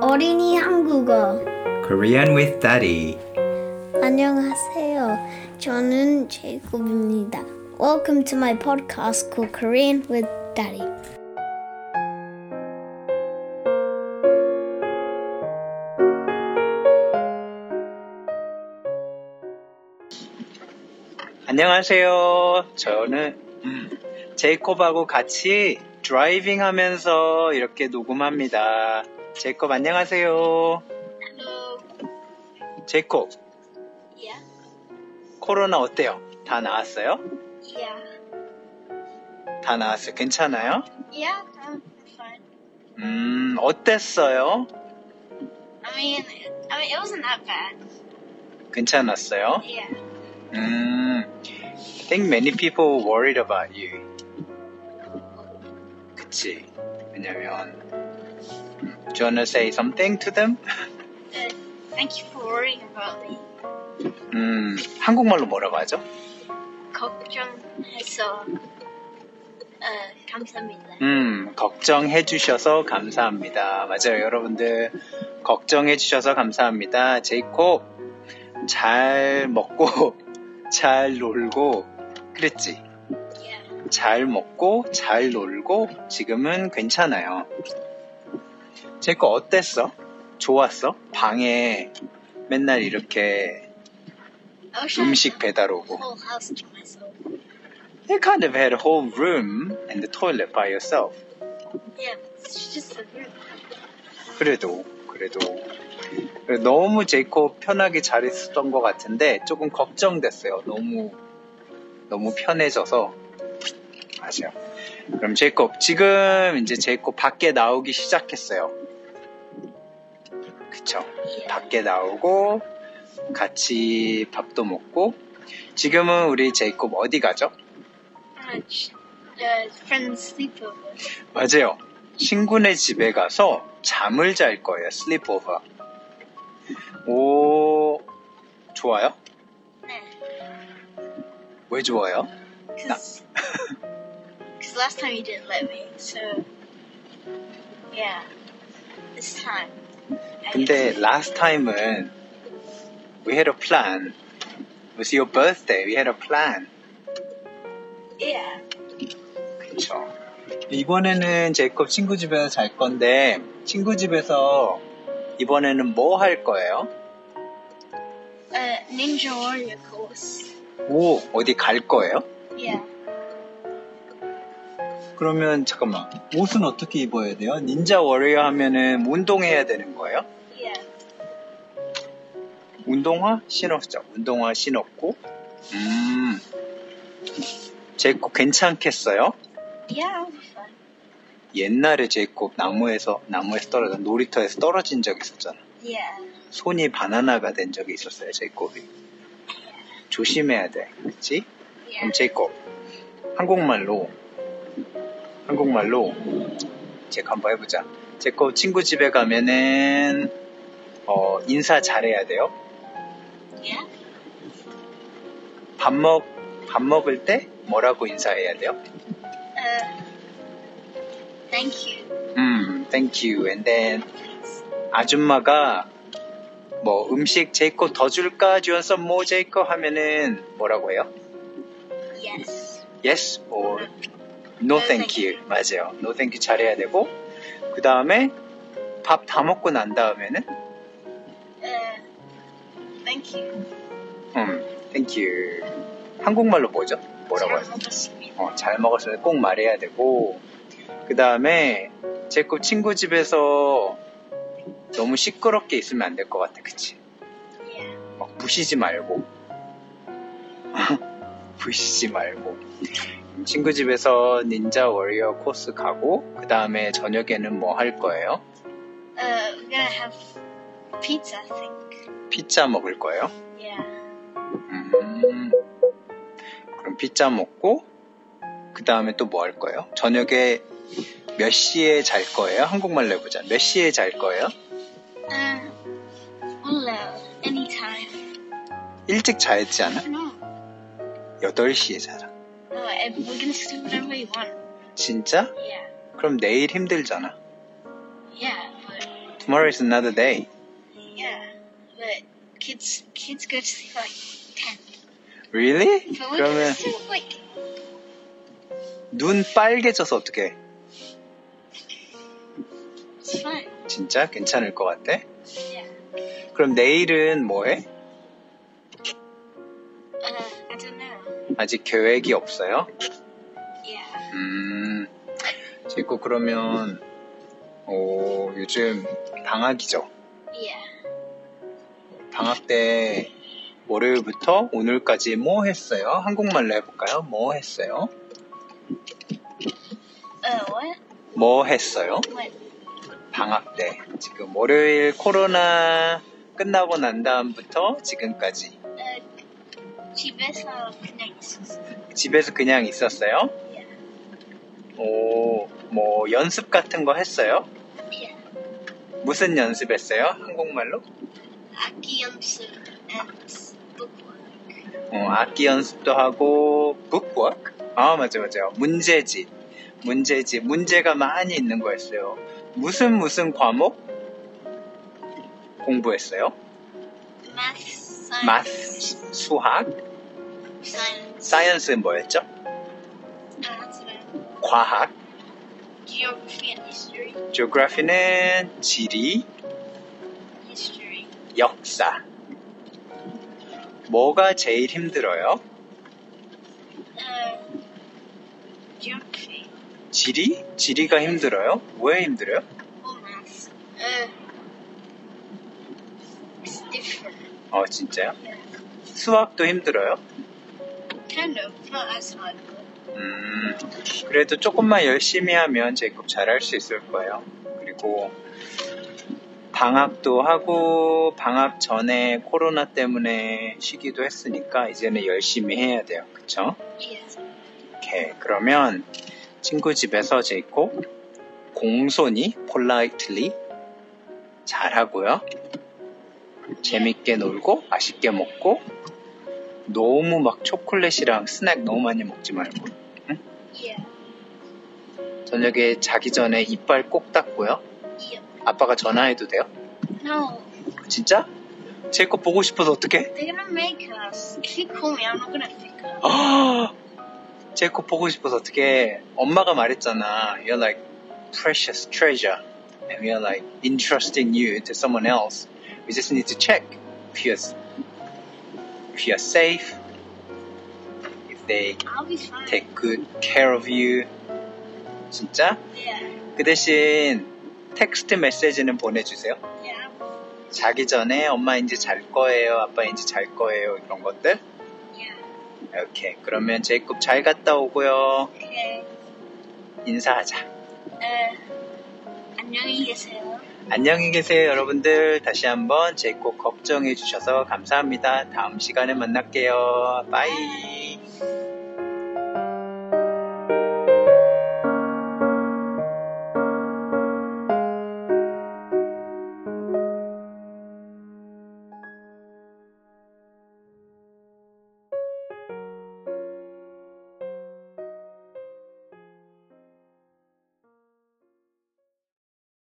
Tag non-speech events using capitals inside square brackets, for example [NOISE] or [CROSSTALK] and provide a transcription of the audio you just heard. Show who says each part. Speaker 1: 어린이 한국어.
Speaker 2: Korean with Daddy.
Speaker 1: 안녕하세요. 저는 제이콥입니다. Welcome to my podcast called Korean with Daddy.
Speaker 2: 안녕하세요. 저는 음, 제이콥하고 같이 드라이빙 하면서 이렇게 녹음합니다. 제이콥 안녕하세요. 제이콥,
Speaker 1: Yeah,
Speaker 2: 코로나 어때요? 다 나았어요?
Speaker 1: yeah,
Speaker 2: 다 나았어요. 괜찮아요?
Speaker 1: yeah. I'm fine.
Speaker 2: 음, 어땠어요?
Speaker 1: I mean, I mean, it wasn't that bad.
Speaker 2: 괜찮았어요?
Speaker 1: Yeah.
Speaker 2: 음, I think many people worried about you. 그치. 왜냐면, 음, do you wanna say something to them?
Speaker 1: But thank you for worrying about me.
Speaker 2: 음, 한국말로 뭐라고 하죠?
Speaker 1: 걱정해서 어, uh, 감사합니다.
Speaker 2: 음, 걱정해 주셔서 감사합니다. 맞아요, 여러분들. 걱정해 주셔서 감사합니다. 제이콥, 잘 먹고, [LAUGHS] 잘 놀고, 그랬지?
Speaker 1: Yeah.
Speaker 2: 잘 먹고, 잘 놀고, 지금은 괜찮아요. 제이콥, 어땠어? 좋았어? 방에 맨날 이렇게
Speaker 1: I wish I had
Speaker 2: 음식 배달
Speaker 1: the
Speaker 2: 오고.
Speaker 1: whole house to myself.
Speaker 2: You kind of had a whole room and the toilet by yourself.
Speaker 1: Yeah, it's just a room.
Speaker 2: 그래도 그래도 너무 제이콥 편하게 잘했었던 것 같은데 조금 걱정됐어요. 너무 너무 편해져서 맞아요. 그럼 제이콥 지금 이제 제이콥 밖에 나오기 시작했어요. 그쵸?
Speaker 1: Yeah.
Speaker 2: 밖에 나오고 같이 밥도 먹고 지금은 우리 제이콥 어디 가죠?
Speaker 1: much uh, friends sleepover.
Speaker 2: 맞아요. 친구네 집에 가서 잠을 잘 거예요. 슬리퍼가. 오, 좋아요?
Speaker 1: 네.
Speaker 2: 왜 좋아요?
Speaker 1: Cause, cause last time you didn't let me, so yeah. This time. I
Speaker 2: 근데
Speaker 1: guess.
Speaker 2: last time은 we had a plan. It was your birthday. We had a plan.
Speaker 1: Yeah.
Speaker 2: 그쵸. 이번에는 제이콥 친구 집에서 잘 건데 친구 집에서 이번에는 뭐 할 거예요?
Speaker 1: Uh, Ninja Warrior course.
Speaker 2: 오, 어디 갈 거예요?
Speaker 1: Yeah.
Speaker 2: 그러면 잠깐만. 옷은 어떻게 입어야 돼요? 닌자 워리어 하면은 운동해야 되는 거예요?
Speaker 1: Yeah.
Speaker 2: 운동화 신었죠. 운동화 신었고, 음, 제이콥 괜찮겠어요?
Speaker 1: Yeah, it'll be fun.
Speaker 2: 옛날에 제이콥 나무에서 나무에서 떨어져 놀이터에서 떨어진 적 있었잖아.
Speaker 1: Yeah.
Speaker 2: 손이 바나나가 된 적이 있었어요. 제이콥이 조심해야 돼, 그렇지?
Speaker 1: Yeah.
Speaker 2: 그럼 제이콥 한국말로 한국말로 제가 한번 해보자. 제이콥 친구 집에 가면은 어, 인사 잘해야 돼요.
Speaker 1: Yeah.
Speaker 2: 밥 먹, 밥 먹을 때 뭐라고 인사해야 돼요?
Speaker 1: Uh, thank you.
Speaker 2: 음, thank you. And then, 아줌마가 뭐 음식 제이코 더 줄까? Do you want some more 제이코? 하면은 뭐라고 해요?
Speaker 1: Yes.
Speaker 2: Yes or no thank you. 맞아요. no thank you 잘해야 되고, 그 다음에 밥 다 먹고 난 다음에는,
Speaker 1: Uh, thank you.
Speaker 2: 음, thank you. 한국말로 뭐죠? 뭐라고 해요?
Speaker 1: 잘 먹었습니다.
Speaker 2: 어, 잘 먹었으면 꼭 말해야 되고 그 다음에 제코 친구 집에서 너무 시끄럽게 있으면 안 될 것 같아 그치?
Speaker 1: Yeah.
Speaker 2: 막 부시지 말고 [LAUGHS] 부시지 말고 친구 집에서 닌자 워리어 코스 가고 그 다음에 저녁에는 뭐 할 거예요?
Speaker 1: Uh, we're gonna have pizza, I think.
Speaker 2: 피자 먹을 거예요?
Speaker 1: Yeah.
Speaker 2: 음, 그럼 피자 먹고 그 다음에 또 뭐 할 거예요? 저녁에 몇 시에 잘 거예요? 한국말로 해보자. 몇 시에 잘 거예요?
Speaker 1: Uh, hello. Anytime.
Speaker 2: 일찍 자야지 않아?
Speaker 1: No.
Speaker 2: 8시에 자라.
Speaker 1: No, eh, we're gonna do whatever we want.
Speaker 2: 진짜?
Speaker 1: Yeah.
Speaker 2: 그럼 내일 힘들잖아.
Speaker 1: Yeah, but
Speaker 2: Tomorrow is another day.
Speaker 1: Yeah, but kids kids go to sleep like ten.
Speaker 2: Really?
Speaker 1: But we go
Speaker 2: 그러면
Speaker 1: to sleep like
Speaker 2: 눈 빨개져서 어떡해?
Speaker 1: it's fine.
Speaker 2: 진짜 괜찮을 것 같아?
Speaker 1: Yeah.
Speaker 2: 그럼 내일은 뭐해?
Speaker 1: Uh, I don't know.
Speaker 2: 아직 계획이 없어요?
Speaker 1: Yeah.
Speaker 2: 음, 그리고 그러면 오, 요즘 방학이죠.
Speaker 1: Yeah.
Speaker 2: 방학 때 월요일부터 오늘까지 뭐 했어요? 한국말로 해볼까요? 뭐 했어요?
Speaker 1: Uh, what?
Speaker 2: 뭐 했어요?
Speaker 1: What?
Speaker 2: 방학 때 지금 월요일 코로나 끝나고 난 다음부터 지금까지
Speaker 1: Uh, she best of connects.
Speaker 2: 집에서 그냥 있었어요? 오, 뭐 연습 같은 거 했어요?
Speaker 1: Yeah.
Speaker 2: 무슨 연습했어요? 한국말로?
Speaker 1: Aki Yamsu and bookwork.
Speaker 2: 어, 악기 연습도 하고 북워크? 아 맞아 맞아요 문제집 문제집 문제가 많이 있는 거였어요 무슨 무슨 과목 공부했어요?
Speaker 1: Math, science,
Speaker 2: 마th, 수학,
Speaker 1: science.
Speaker 2: 사이언스는 뭐였죠?
Speaker 1: Uh, that's about
Speaker 2: 과학,
Speaker 1: geography and history.
Speaker 2: geography는 지리,
Speaker 1: History.
Speaker 2: 역사 뭐가 제일 힘들어요?
Speaker 1: Uh, geography.
Speaker 2: 지리? 지리가 힘들어요? 왜 힘들어요?
Speaker 1: Or math. Uh, it's different.
Speaker 2: 어 진짜요?
Speaker 1: Yeah.
Speaker 2: 수학도 힘들어요?
Speaker 1: Kind of. Not as hard. but
Speaker 2: 음, 그래도 조금만 열심히 하면 제법 잘할 수 있을 거예요. 그리고 방학도 하고 방학 전에 코로나 때문에 쉬기도 했으니까 이제는 열심히 해야 돼요. 그쵸?
Speaker 1: Yes.
Speaker 2: 오케이. 그러면 친구 집에서 제이콥 공손히 politely 잘하고요. 재밌게 놀고 맛있게 먹고 너무 막 초콜릿이랑 스낵 너무 많이 먹지 말고
Speaker 1: Yeah.
Speaker 2: 저녁에 자기 전에 이빨 꼭 닦고요.
Speaker 1: Yeah.
Speaker 2: 아빠가 전화해도 돼요?
Speaker 1: No.
Speaker 2: 진짜? 제거 보고 싶어서 어떡해? [GASPS]
Speaker 1: They're gonna make us. If you call me, I'm not gonna pick up.
Speaker 2: 제거 보고 싶어서 어떡해? 엄마가 말했잖아. You're like precious treasure. And we're like entrusting you to someone else. We just need to check if you're, if you're safe. If they
Speaker 1: I'll be fine.
Speaker 2: take good care of you. 진짜?
Speaker 1: Yeah.
Speaker 2: 그 대신 텍스트 메시지는 보내주세요.
Speaker 1: Yeah.
Speaker 2: 자기 전에 엄마 이제 잘 거예요, 아빠 이제 잘 거예요 이런 것들.
Speaker 1: Yeah.
Speaker 2: 오케이. 그러면 제이콥 잘 갔다 오고요.
Speaker 1: Okay.
Speaker 2: 인사하자.
Speaker 1: Uh, 안녕히 계세요.
Speaker 2: 안녕히 계세요, 여러분들. 다시 한번 제이콥 걱정해 주셔서 감사합니다. 다음 시간에 만날게요. 바이.